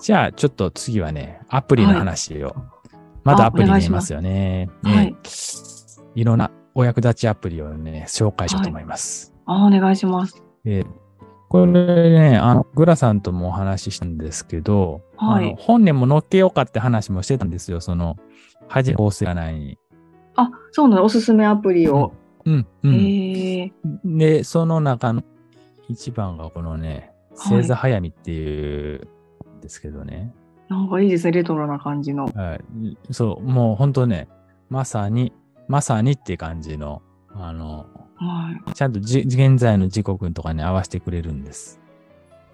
じゃあ、ちょっと次はね、アプリの話を。まだアプリ見えますよね。お願いしねいろんなお役立ちアプリをね、紹介しようと思います。あ、お願いします。でこれね、あの、グラさんともお話ししたんですけど、はいあの本年も載っけようかって話もしてたんですよ。その、恥じ構成がないに。あ、そうなの、おすすめアプリを。うん、うえん。えで、その中の一番がこのね、はい星座早見っていうんですけどね、なんかいいですね、レトロな感じの。はいそう、もう本当ね、まさに、まさにって感じの、あの、はい。ちゃんとじ現在の時刻とかに合わせてくれるんです。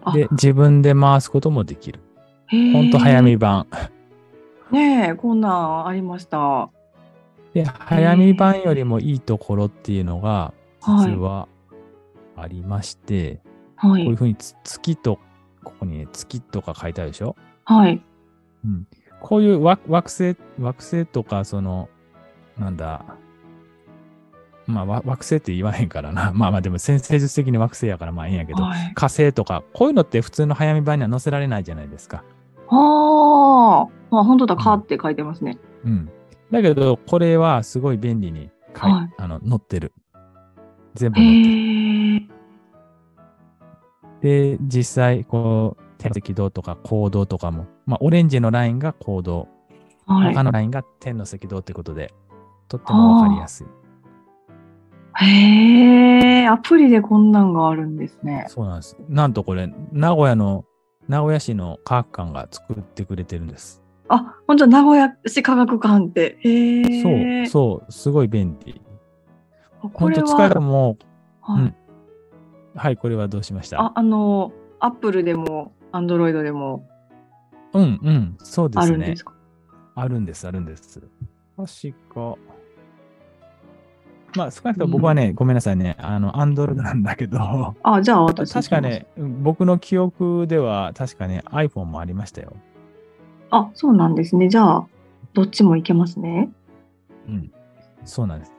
あで、自分で回すこともできる。へーほんと早見。版。ねえ、こんなんありました。はで、早見版よりもいいところっていうのが、実はありまして、こういうい。ふうにつ月と、ここにね、月とか書いてあるでしょはい。こういう惑惑星、惑星とか、その、なんだ、まあ、わ惑星って言わへんからな。ま あまあ、でも先生術的に惑星やからまあええんやけど、はい。火星とか、こういうのって普通の早見版には載せられないじゃないですか。ああ。まあ、本当だ、うんかって書いてますね。うん。だけど、これはすごい便利にかい、はいあの、載ってる。全部へ載ってる。え。で、実際、こう、天の赤道とか行動とかも、まあ、オレンジのラインが行動、はい赤。のラインが天の赤道ってことで、とってもわかりやすい。へえ、アプリでこんなんがあるんですね。そうなんです。なんとこれ、名古屋の、名古屋市の科学館が作ってくれてるんです。あ、本当だ名古屋市科学館って。へえ。そう、そう、すごい便利。あこ本れ当は、使い方も、はいうんはい、これはどうしましたあ、あの、アップルでも、アンドロイドでもうんうん、そうであするんねで。すか。あるんです、あるんです。確か。まあ、少なくとも僕はね、ごめんなさいね、あの、アンドロイドなんだけ ど、あじゃあ私。確か。ね、僕の記憶では、確かね、iPhone もありましたよ。あ、そうなんですね。じゃあ、どっちもいけますね。うん、そうなんです。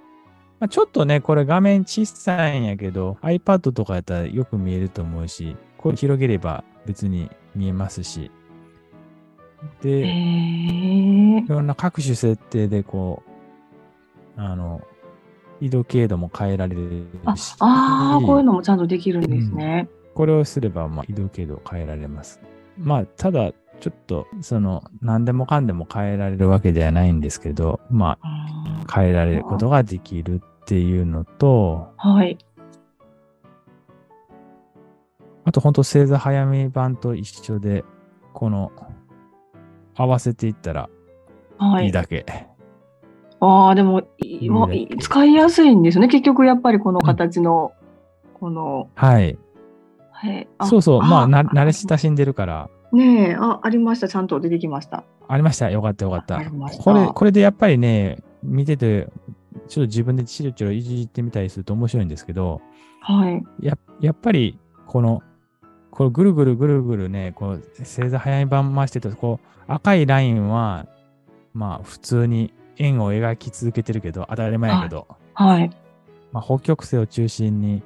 まあ、ちょっとね、これ画面小さいんやけど、iPad とかやったらよく見えると思うし、これ広げれば別に見えますし。へで、えい。ろんな各種設定でこう、あの、緯度経度も変えられるあし、あー、こういうのもちゃんとできるんですね。これをすれば、まあ、緯度経度変えられます。まあ、ただ、ちょっと、その、何でもかんでも変えられるわけではないんですけど、まあ、うん変えられることができるっていうのと、はい。あと本当星座早め版と一緒で、この合わせていったらはいいい。だけ。ああ、でもいいわいいだけ使いやすいんですよね。結局、やっぱりこの形の、この、はい。はい。そうそう。まあ、な慣れた。親しんでるから、ねえ、あ、ありました。ちゃんと出てきました。ありました。よかったよかっあたりまし。たこれ、これでやっぱりね、見てて、ちょっと自分でチロチロいじってみたりすると面白いんですけど、はい。ややっぱり、この、これぐるぐるぐるぐるね、こう、星座早い版回してると、こう、赤いラインは、まあ、普通に円を描き続けてるけど、当たり前やけど、はい。まあ、北極星を中心に、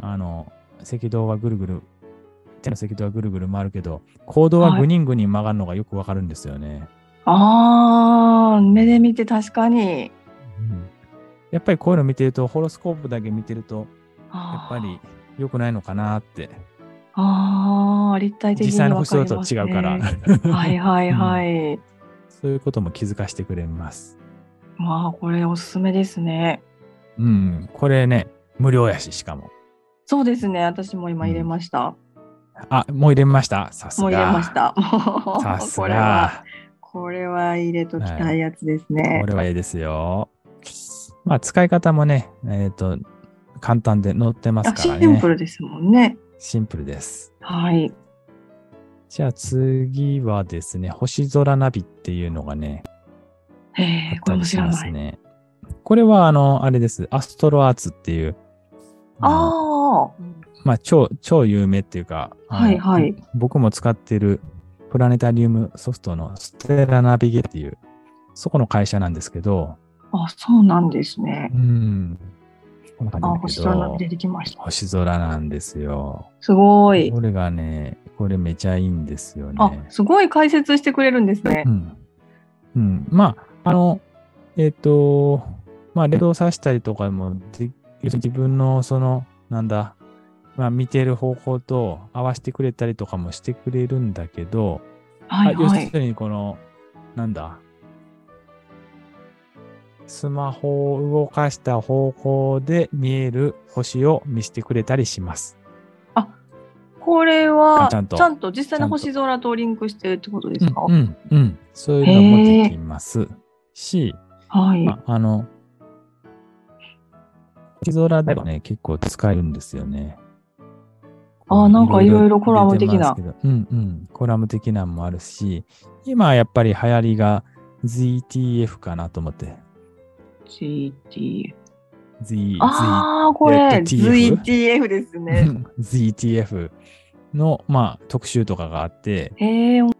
あの、赤道はぐるぐる、手の赤道はぐるぐる回るけど、行動ははいぐにんぐにん曲がるのがよくわかるんですよね。ああ、目で見て確かに。うんやっぱりこういうの見てると、ホロスコープだけ見てると、ややっぱり。良くないのかなって、ああ、立体的に実際の星空とは違うから、わりますねはいはいはい。そういうことも気づかせてくれます。まあ、これおすすめですね。うん、これね、無料やし、しかも。そうですね。私も今入れました。あ、もう入れました。さすもが。う入れまし。た。もうさす これは、が。これは入れときたいやつですねこ。れはいいですよ。まあ、使い方もね、えっ、と、簡単で載ってますあかシらね。ンプルですもんね。シンプルです。はい。じゃあ次はですね、星空ナビっていうのがね、えあっえこたれもり知しらまなすい。ね。これは、あの、あれです。アストロアーツっていう、のあまあ、超、超有名っていうか、あ、あのはいはい。僕も使ってるプラネタリウムソフトのステラナビゲっていう、そこの会社なんですけど、あ、そうなんですねう。んこんな感じなあ、んだ星け空がど出てきました。星空なんですよ。すごい。これがね、これめちゃいいんですよね。あ、すごい解説してくれるんですねう。ん。うん、まあ、あの、えっ、と、まあ、レードを刺したりとかもで、要するに自分の、その、なんだ、まあ、見てる方向と合わせてくれたりとかもしてくれるんだけど、はいあは要いす。るに、この、なんだ、スマホを動かした方向で見える星を見せてくれたりします。これはちちゃゃんんとと実際ちゃんのと星空とリンクしてってことでうすんか、うん、うん。そういうのもできますし、はい。まあ、あの、星空ではね、結構使えるんですよね。あーなんかいろいろコラム的な入れてますけど。うんうん、コラム的なのもあるし、今はやっぱり流行りが ZTF かなと思って。 GT。 Z、ああ、これえっと TF ZTF ですね。 Z TF の、まあ、特集とかがあって、 へえ、うん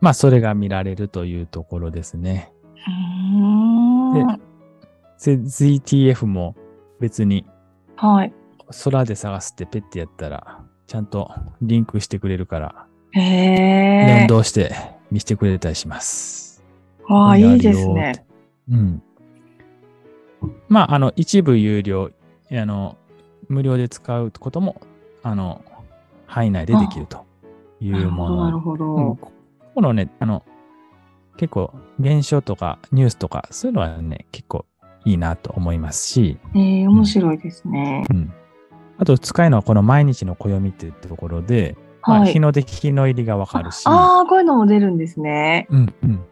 まあ、それが見られるというところですね。せ ZTF も別にはい。空で探すってペッてやったら、ちゃんとリンクしてくれるから、へ連え。動して見せてくれたりします。わこうあ、ういいのあでるよすね。って。うん。まあ、あの、一部有料、あの、無料で使うことも、あの、範囲内でできるといなるうほもど、なるの。ほうんど。ここのね、あの、結構、現象とかニュースとか、そういうのはね、結構いいなと思いますし、ええ、面白いですね。あと使うのはこの毎日の暦っていうところで、まあは日い。の出、日の入りがわかるし、ああ、こういうのも出るんですね。うんうん。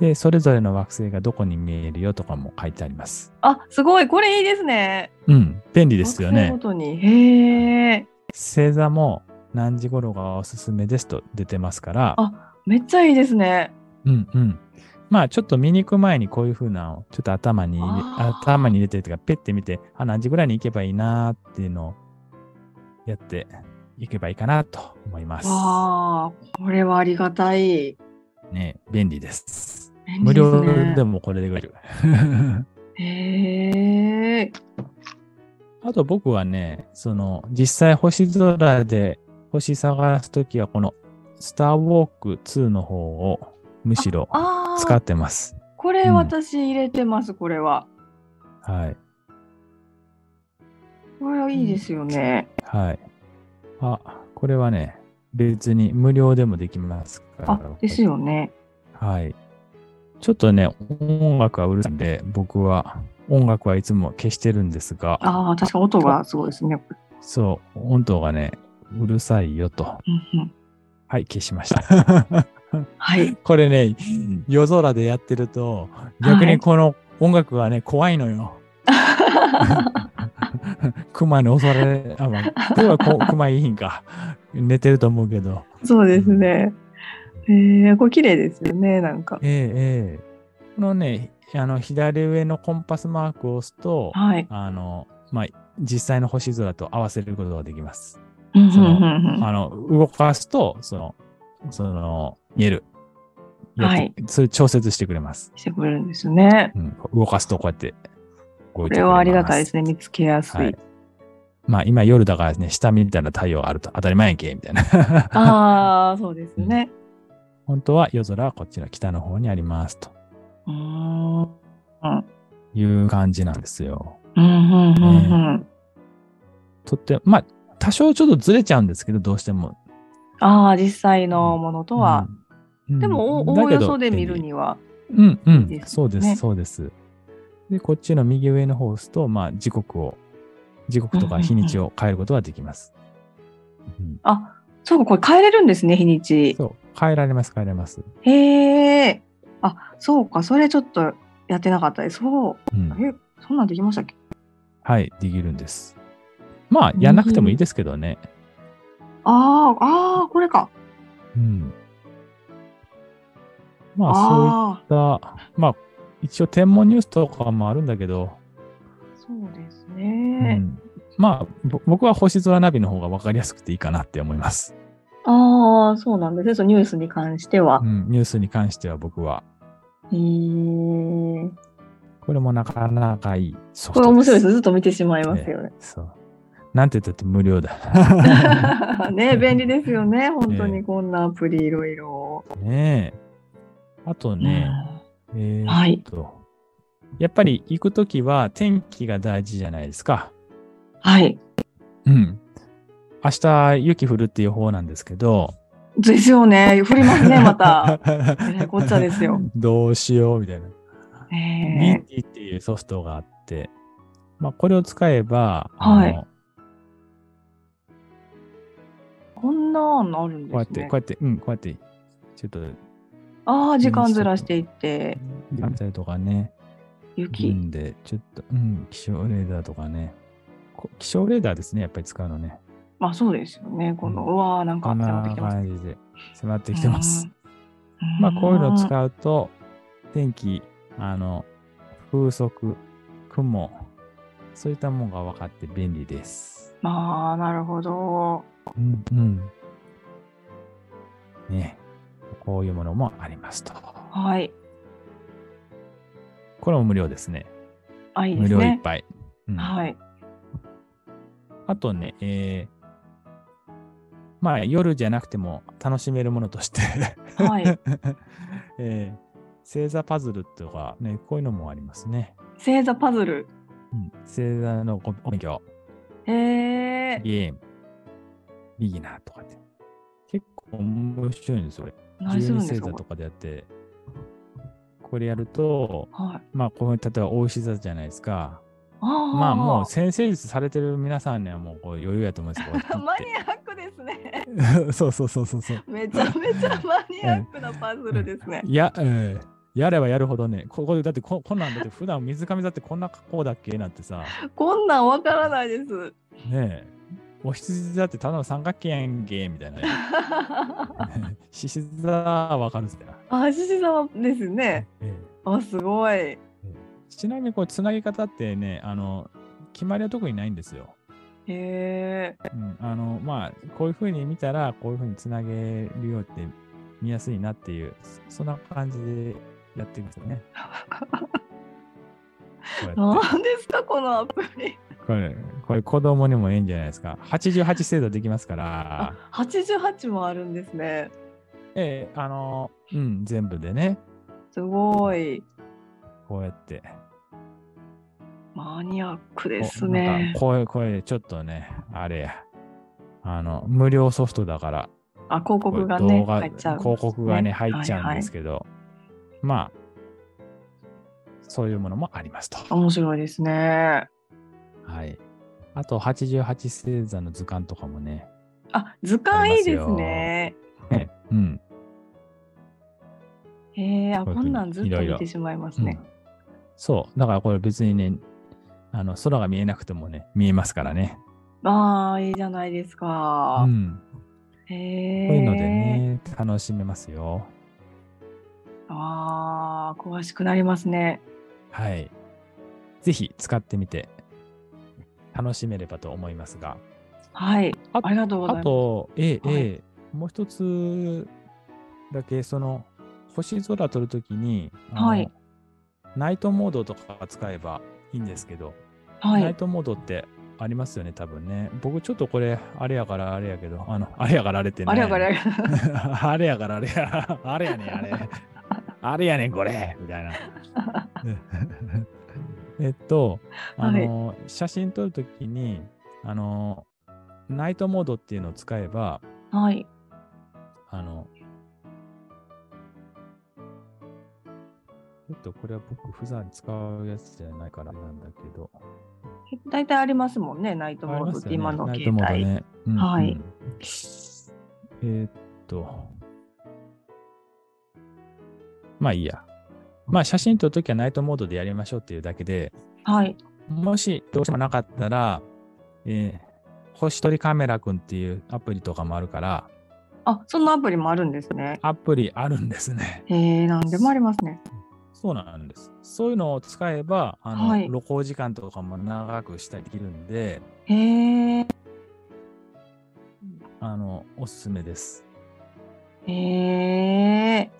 で、それぞれの惑星がどこに見えるよとかも書いてあります。あ、すごい、これいいですね。うん、便利いですよごね。とに。へえ。星座も何時頃がおすすめですと出てますから、あ、めっちゃいいですね。うんうん。まあちょっと見に行く前にこういう風なのをちょっと頭に入れあー頭に入れてるというか、ペッて見て、あ、何時ぐらいに行けばいいなーっていうのをやっていけばいいかなと思います。わあ、これはありがたい。ね、便利です。便無利です料ねでもこれで売れる。へえ。あと僕はね、その実際星空で星探すときはこのスターウォーク2の方をむしろあ使あっ、てます。これ私入れてます、これは。はい。これはいいですよね。はい。あ、これはね、別に無料でもできますから。あ、ですよね。はい。ちょっとね、音楽はうるさいんで、僕は音楽はいつも消してるんですが、ああ、確か音がすごいですね。そう、音頭がね、うるさいよと。うんうんはい、消しました。 はい。これね、夜空でやってると、逆にこの音楽がね、怖いの よ。熊に襲われ、あ、まあ、今日は こ熊いいんか。寝てると思うけど。そうですね。へえ、これ綺麗ですよね、なんか。ええええこのね、あの、左上のコンパスマークを押すと、はい。あの、まあ、実際の星空と合わせることができます。うんうんそのうんうんあの、動かすと、その、その、見える。はいやって。それ調節してくれます。してくれるんですよね。うん、動かすとこうやって動いこてくれます。れはありがたいですね。見つけやすい。はいまあ今夜だからね、下見たら太陽あると当たり前やんけ、みたいな。 ああ、そうですね。本当は夜空はこっちの北の方にありますとうーん。うんいう感じなんですよ。うんうんうん。とって、まあ多少ちょっとずれちゃうんですけど、どうしても。ああ、実際のものとは。うん、でも、おうんおおよそで見る。だには。けど便利うんうんいいですねそうです、そうです。で、こっちの右上の方を押すと、まあ時刻を、時刻とか日にちを変えることができます。うんあ、そうか、これ変えれるんですね、日にち。そう、変えられます、変えられます。へえ。あ、そうか、それちょっとやってなかったです。そう。うんえ、そんなんできましたっけはい、できるんです。まあ、やんなくてもいいですけどね。ああ、ああ、これか。うん。まあ、ああそういった、まあ、一応天文ニュースとかもあるんだけど、ー、そうですうね。ん、まあ、ぼ僕は星空ナビの方が分かりやすくていいかなって思います。ああ、そうなんですね。そのニュースに関してはう。ん、ニュースに関しては僕は。へえ。これもなかなかいいソフこトれ面白いですす。ずっと見てしまいますよね。そう。なんて言ったって無料だ。 ね便利ですよね。本当ええにこんなアプリいろいろ。ねえ。あとね、えーはいっと、やっぱり行くときは天気が大事じゃないですか。はい。うん。明日雪降るっていう方なんですけど。ですよね。降りま すね、また。えらたいこっちゃですよ。どうしようみたいな。ミえンティっていうソフトがあって、まあ、これを使えば、はいあのえこんなのあるんこうやっですて、ねこう。やって、うん、こうやって、ちょっと、ああ、時間ずらしていって、あったりとかね。雪。うんで、ちょっと、うん、気象レーダーとかね。こ気象レーダーですね、やっぱり使うのね。まあそうですよね。この、ううわーなんかこん迫ってなきてます。感じで迫ってきてます。うん。まあ、こういうのをう。使うと、天気、あの、風速、雲、そういったものが分かって便利です。まあ、なるほど。うん、うん。ねこういうものもありますと。はい。これも無料ですね。あ、いいで無す料いっね。ぱい。うんはい。あとね、えーまあ夜じゃなくても楽しめるものとして、はい。 えー星座パズルとかね、こういうのもありますね。星座パズル。うん星座のごお勉強、へえ。ゲーム、ビギナーとかって。結構面白いんですよ、これ。何す12るんで星すか座ことかでやって、これやると、れはい。まあ、こういう例えば大石座じゃないですか。あまあもうう。先生術されてる皆さんにはもうこう余裕やと思うんです けどこうマやっニてアック ですね。 そうそうそうそうそう。めちゃめちゃマニアックなパズルですね。いや、えーやればやるほどね、ここでだってここんなんだって普段水上座ってこんな格好だっけなんてさ、 こんなんわからないです。ねえ、お羊座ってただの三角形やんけ、みた いな。 獅子座はわかるんすよ。あ、獅子様ですね。ええあ、すごい。ちなみにこう、つなぎ方ってね、あの、決まりは特にないんですよ。へえ。うん、あの、まあ、こういうふうに見たら、こういうふうにつなげるようって見やすいなっていう、そそんな感じでやっていくんですよ ね。こうやってなんですか、このアプリ。これ、これ子供にもいいんじゃないですか。88星座できますから、あ、88もあるんですね。ええあの、うん、全部でね、すごい。こうやって。マニアッこクうですねなんか。こう、これ、ちょっとね、あれや。あの、無料ソフトだから、あ、広告がこれね、動画入っちゃう。広告がね、入っちゃうんですけけど、まあ、そういうものもありますと。面白いですね。はい。あと、88星座の図鑑とかもね、あ、図鑑いいですね。ねうん、へえあ、こういうふうにこんなんずっいろといろ見てしまいますねう。んそう、だからこれ別にね、あの空が見えなくてもね、見えますからね。ああ、いいじゃないですうか。ん、へこえういうのでね、楽しめますよ。ああ、詳しくなりますね。はい。ぜひ使ってみて、楽しめればと思いますが。はい。あありがとうござあいます。と、ええ、はいええ、もう一つだけ、その、星空撮るときに、あのはいナイトモードとか使えばいいんですけど、はナイい。トモードってありますよね、多分ね。僕ちょっとこれ、あれやからあれやけど、あの、あれやからあれってね。あれやから、あれや あれやからあれや、あれやねん、あれ。あれやねん、これみたいな。 えっと、あの、写真撮るときに、あの、ナイトモードっていうのを使えば、からはい。あの、ちょっとこれは僕普段使うやつじゃないからなんだけど。大体ありますもんね、ナイトモードって今の携帯。ねうんはいうんえーっと。まあいいや。まあ写真撮るときはナイトモードでやりましょうっていうだけで、はい。もしどうしてもなかったら、えー星取りカメラくんっていうアプリとかもあるから、あ、そのアプリもあるんですね。アプリあるんですね。 へえなんでもありますね。そうなんです。そういうのを使えば、あの、はい旅行時間とかも長くしたりできるんで、へえあの、おすすめです。へえ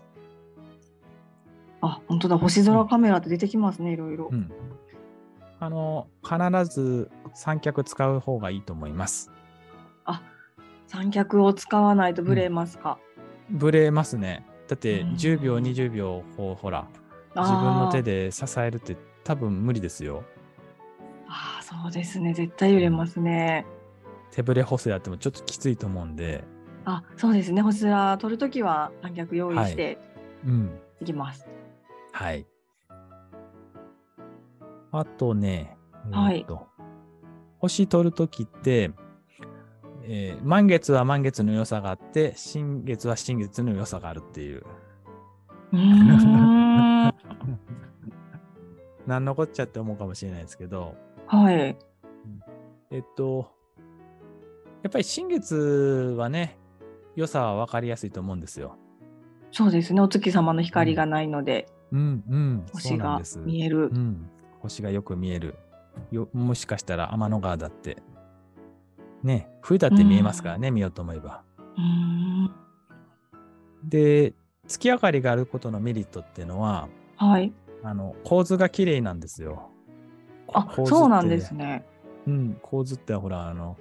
あ、本当だ。星空カメラって出てきますね、いろいろう。ん。あの、必ず三脚使う方がいいと思います。三脚を使わないとブレますか。ブレますね。だってうん10秒、20秒、こうほら、自分の手で支えるって多分無理ですよ。あーあー、そうですね。絶対揺れますね。手ぶれ補正やってもちょっときついと思うんで、あ、そうですね。星空撮るときは三脚用意してうん。いきます。はい。あとね、はえいーっと星取るときって、えー満月は満月の良さがあって、新月は新月の良さがあるっていう。う ーん。はなんのこっちゃって思うかもしれないですけど、い。えっと、やっぱり新月はね、良さは分かりやすいと思うんですよ。そうですね。お月様の光がないので、うんうん、そう星なんがです。見えるう。ん、星がよく見える。よもしかしたら天の川だって。ね、冬だって見えますからね、見ようと思えば。うーん。で、月明かりがあることのメリットっていうのは、はい。あの構図が綺麗なんですよ。あ構、図ってそうなんですね。うん、構図ってほら、あの、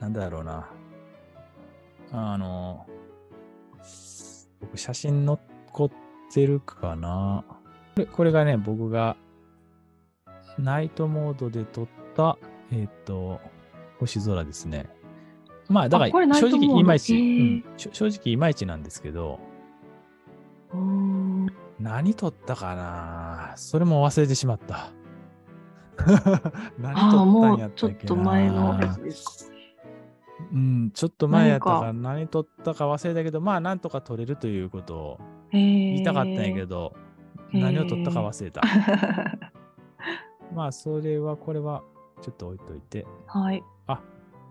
なんだろうな。あの、僕写真残ってるかな。これこれがね、僕がナイトモードで撮った、えっ、と、星空ですね。まあ、だからあこれナイ正トモード直いまいち、へうーんしょ正直いまいちなんですけど、うーん。何撮ったかなそれも忘れてしまった。 何ああ、撮ったもんやうっちたょっっけなと前のやつですか。うん、ちょっと前やったから何何撮ったか忘れたけど、まあなんとか撮れるということを言言いたかったんやけど、へー何を撮ったか忘れた。 まあそれはこれはちょっと置いといて、はい。あ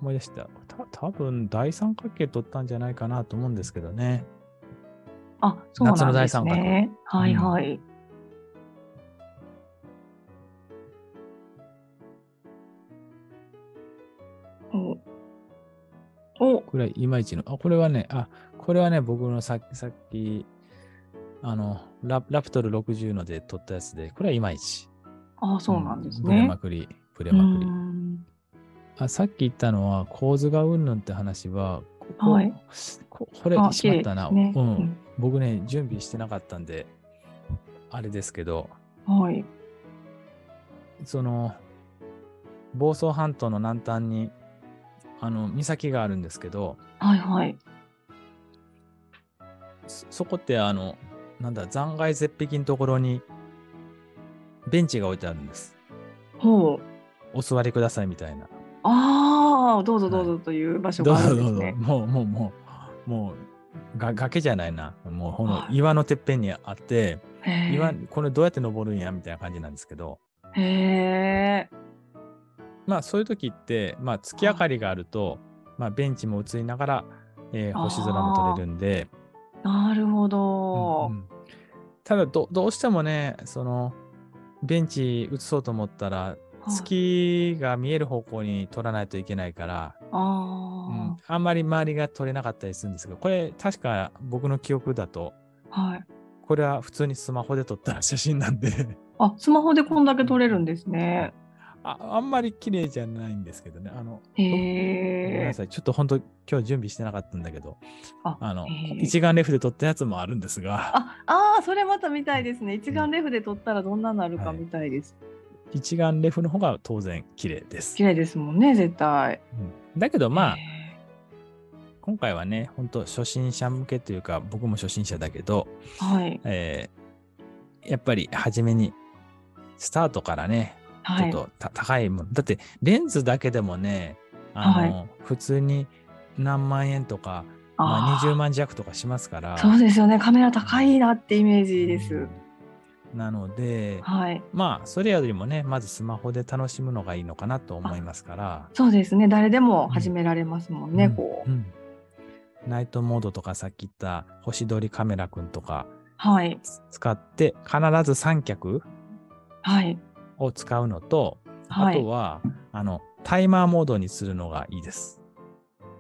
思い出した。た多分第三角形撮ったんじゃないかなと思うんですけどね。あ、そう夏なのん大です三角ね。はいはい。お、お、これはいまいちの、あ、これはね、あ、これはね、僕のさっき、さっき、あの、ララプトル60ので撮ったやつで、これはいまいち。あ、そうなんですブレねま。くり、ブレうーまくり。んあさっき言ったのは構図がうんぬんって話は、ここはいここれあ、しまったな、綺麗ですうねん僕ね、準備してなかったんで、あれですけど、うんはい。その、房総半島の南端に、あの、岬があるんですけど、はいはい。そそこって、あの、なんだ、残骸絶壁のところに、ベンチが置いてあるんです。ほう。お座りくださいみたいな。ああ、どうぞどうぞという場所どうがあぞるんでどすうぞね。もうもうもうもうが崖じゃないなもうこのはい岩のてっぺんにあって、へ岩ーこれどうやって登るんやみたいな感じなんですけどへえ。まあそういう時って、まあ、月明かりがあると、まあ、ベンチも映りながら、えーあー星空も撮れるんで、なるほうんどう。んただどどうしてもねそのベンチ映そうと思ったらはい月が見える方向に撮らないといけないから、うんああんまり周りが撮れなかったりするんですけどこれ確か僕の記憶だとあ、はい。これは普通にスマホで撮った写真なんで あ、スマホでこんだけ撮れるんですね。あ、あんまり綺麗じゃないんですけどね。あの、へごめんなえ。さい。ちょっと本当今日準備してなかったんだけど、あのへ、ー一眼レフで撮ったやつもあるんですが、あ、あーそれまた見たいですね。一眼レフで撮ったらどんなになるか見たいです。一眼レフの方が当然綺麗です綺。麗ですもんね、絶対。うんだけどまあ、へ今回はね、本当初心者向けというか、僕も初心者だけど、ーはい。えーやっぱり初めに、スタートからね、ちょはっい。とた高いもん。だってレンズだけでもね、あの、普通に何万円とか、まあ、あー20万弱とかしますから。そうですよね。カメラ高いなってイメージでうすん。なので、はい。まあ、それよりもね、まずスマホで楽しむのがいいのかなと思いますから。そうですね。誰でも始められますもんね。うんこう。うんナイトモードとかさっき言った星取りカメラくんとかはい。使って必ず三脚はい。を使うのと、はあとい。はあのタイマーモードにするのがいいです。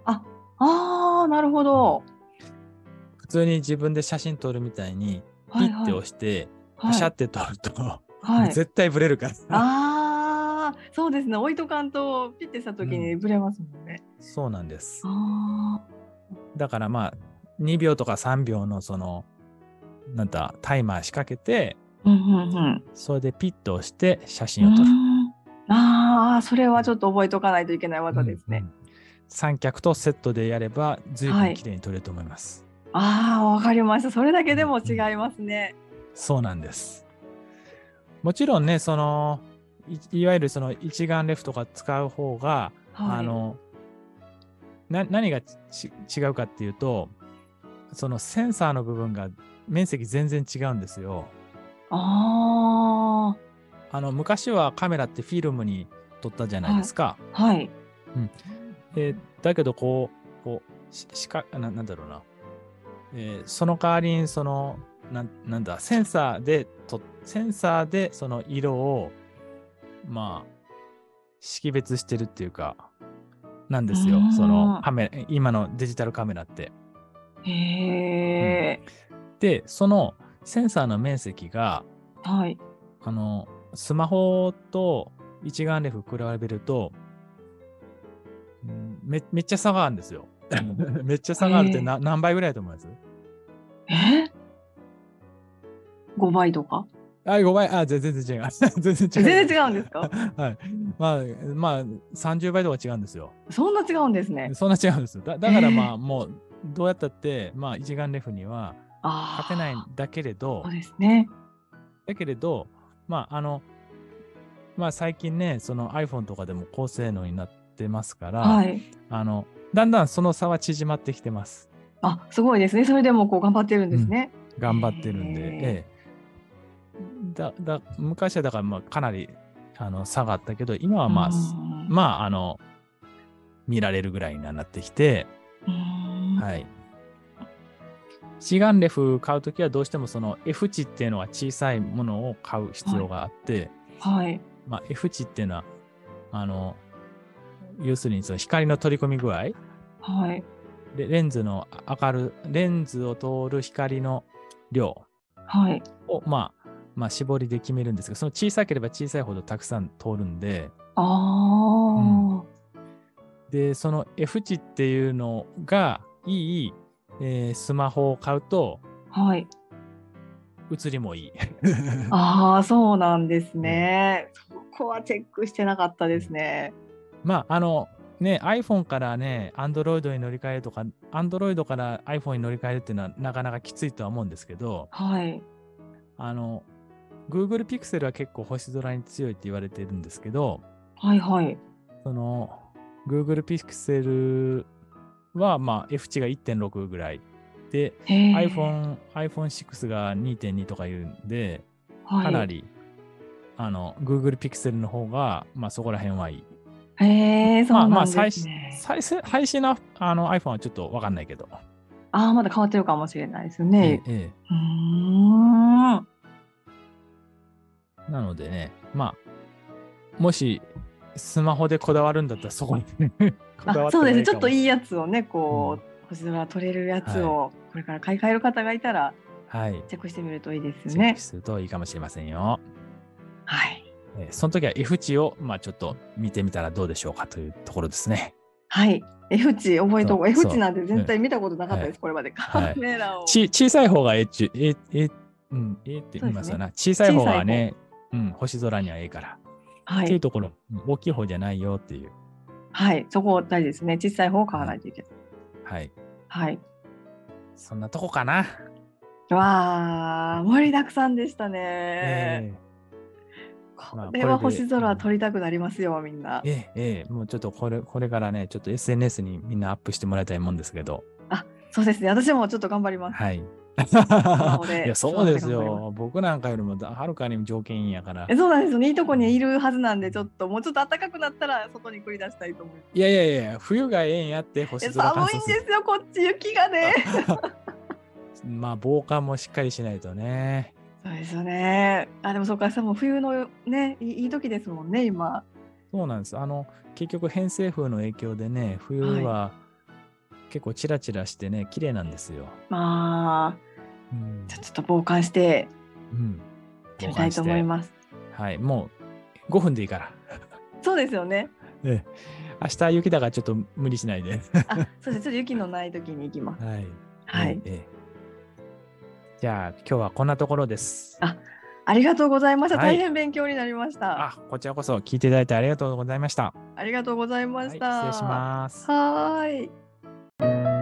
ああ、なるほど。普通に自分で写真撮るみたいにピはいッはてい押して、パはいシャって取ると、は い。絶対ブレるから。ああ、そうですね。置いとかんとピッてした時にブレますもんね。そうなんです。あだからまあ、2秒とか3秒のその、なんだ、タイマー仕掛けて、あ、うんうんうん。それでピッと押して写真を撮る。うんああ、それはちょっと覚えとかないといけない技ですね。うんうん。三脚とセットでやれば、随は分い綺麗に撮れると思います。ああ、わかりました。それだけでも違いますね。そうなんです。もちろんね、その、いいわゆるその一眼レフとか使う方が、はい。あのな何がち違うかっていうとそのセンサーの部分が面積全然違うんですよああの昔はカメラってフィルムに撮ったじゃないですか、あ、はい。えーだけどこうこうししかななんだろうな、えーその代わりにそのなんなんだセンサーでとセンサーでその色をまあ識別してるっていうかなんですようんそのカメラ今のデジタルカメラってへえ、でそのセンサーの面積がはい。あのスマホと一眼レフ比べると、うんめめっちゃ差があるんです よ。めっちゃ差があるってな、何倍ぐらいだと思いますえ五倍とかあ、5倍、あ、全然違う。 全然違う。全然違うんですかはい。まあ、まあ、30倍とか違うんですよ。そんな違うんですね。そんな違うんですよ。だだからえーまあ、もう、どうやったって、まあ、一眼レフにはああ。勝てないんだけれどそう、ですね。だけれど、まあ、あの、まあ、最近ね、その iPhone とかでも高性能になってますから、はい。あの、だんだんその差は縮まってきてます。あ、すごいですね。それでもこう頑張ってるんですね。頑張ってるんで、へーええだだ昔はだから、まあ、かなりあの差があったけど、今はまあ、うんまあ、あの、見られるぐらいにはなってきて、うんはい。一眼レフ買うときはどうしてもその F 値っていうのは小さいものを買う必要があって、はい。まあ、F 値っていうのは、あの、要するにその光の取り込み具合、はい。レレンズの明る、レンズを通る光の量はい。を、まあ、まあ、絞りで決めるんですけど、その小さければ小さいほどたくさん通るんで、ああ、で、その F 値っていうのがいい、えースマホを買うと、 はい。写りもいい。 ああ、そうなんですね。そこはチェックしてなかったですね。まあ、あの、ね、iPhone からね、Android に乗り換えるとか、Android から iPhone に乗り換えるっていうのはなかなかきついとは思うんですけど、はい。あの、Google Pixel は結構星空に強いって言われてるんですけど、はいはい。その Google Pixel はまあ F 値が1.6ぐらいで、へえ iPhone iPhone6 が2.2とかいうんでかな。り、あの Google Pixel の方がまあそこら辺はいい。はい、へえ、そまあうまなあんで最す新ね。最新最新のあの iPhone はちょっとわかんないけど。ああ、まだ変わってるかもしれないですえね。ええうーん。はえなのでね、まあもしスマホでこだわるんだったらそこに こだわあ、ってそうもいいかもしれないですね。ちょっといいやつをね、こう、星空取れるやつを、これから買い替える方がいたら、はい。チェックしてみるといいですチェッねク。するといいかもしれませんよ。はい。えーその時は F 値を、まあ、ちょっと見てみたらどうでしょうかというところですね。はい。F 値覚えとこう。そう F 値なんて絶対見たことなかったです、うこれまで。は カいメラを。ち小さい方がええっちゅええうんええって言いますよな。小さい方がね、うん、星空にはええから。はってい。いうところ、うん大きい方じゃないよっていう。はい。そこ大事ですね。小さい方を買わないといけない。はい。はい。そんなとこかな。わあ、盛りだくさんでしたね。まあこれは星空撮りたくなりますよ、みんなえ。えええもうちょっとこれこれからね、ちょっと SNS にみんなアップしてもらいたいもんですけど。そうですね。私もちょっと頑張ります。はい。マホで いや、そうですスマホで頑張りよ。僕なんかよりもだはるかに条件いいんやからえ。そうなんですよね。いいとこにいるはずなんで、ちょっともうちょっと暖かくなったら外に繰り出したいと思います。いやいやいや、冬がええんやって、え星空観寒い測んですよ、こっち雪がね。まあ、防寒もしっかりしないとね。そうですよね。あ、でもそうか、さもう冬のね、いいいい時ですもんね、今。そうなんです。あの、結局、偏西風の影響でね、冬は結構チラチラしてね、綺麗なんですよ。まあ、うんじゃあちょっと傍観してうんみたいと思います。す。はい、もう5分でいいから。そうですよね。ええ明日雪だからちょっと無理しないで。あ、そうです。ちょっと雪のない時に行きます。はい。はい。ええじゃあ今日はこんなところです。あありがとうございました。はい大変勉強になりました。あ、こちらこそ聞いていただいてありがとうございました。ありがとうございまはい、し失た。礼します。はーい。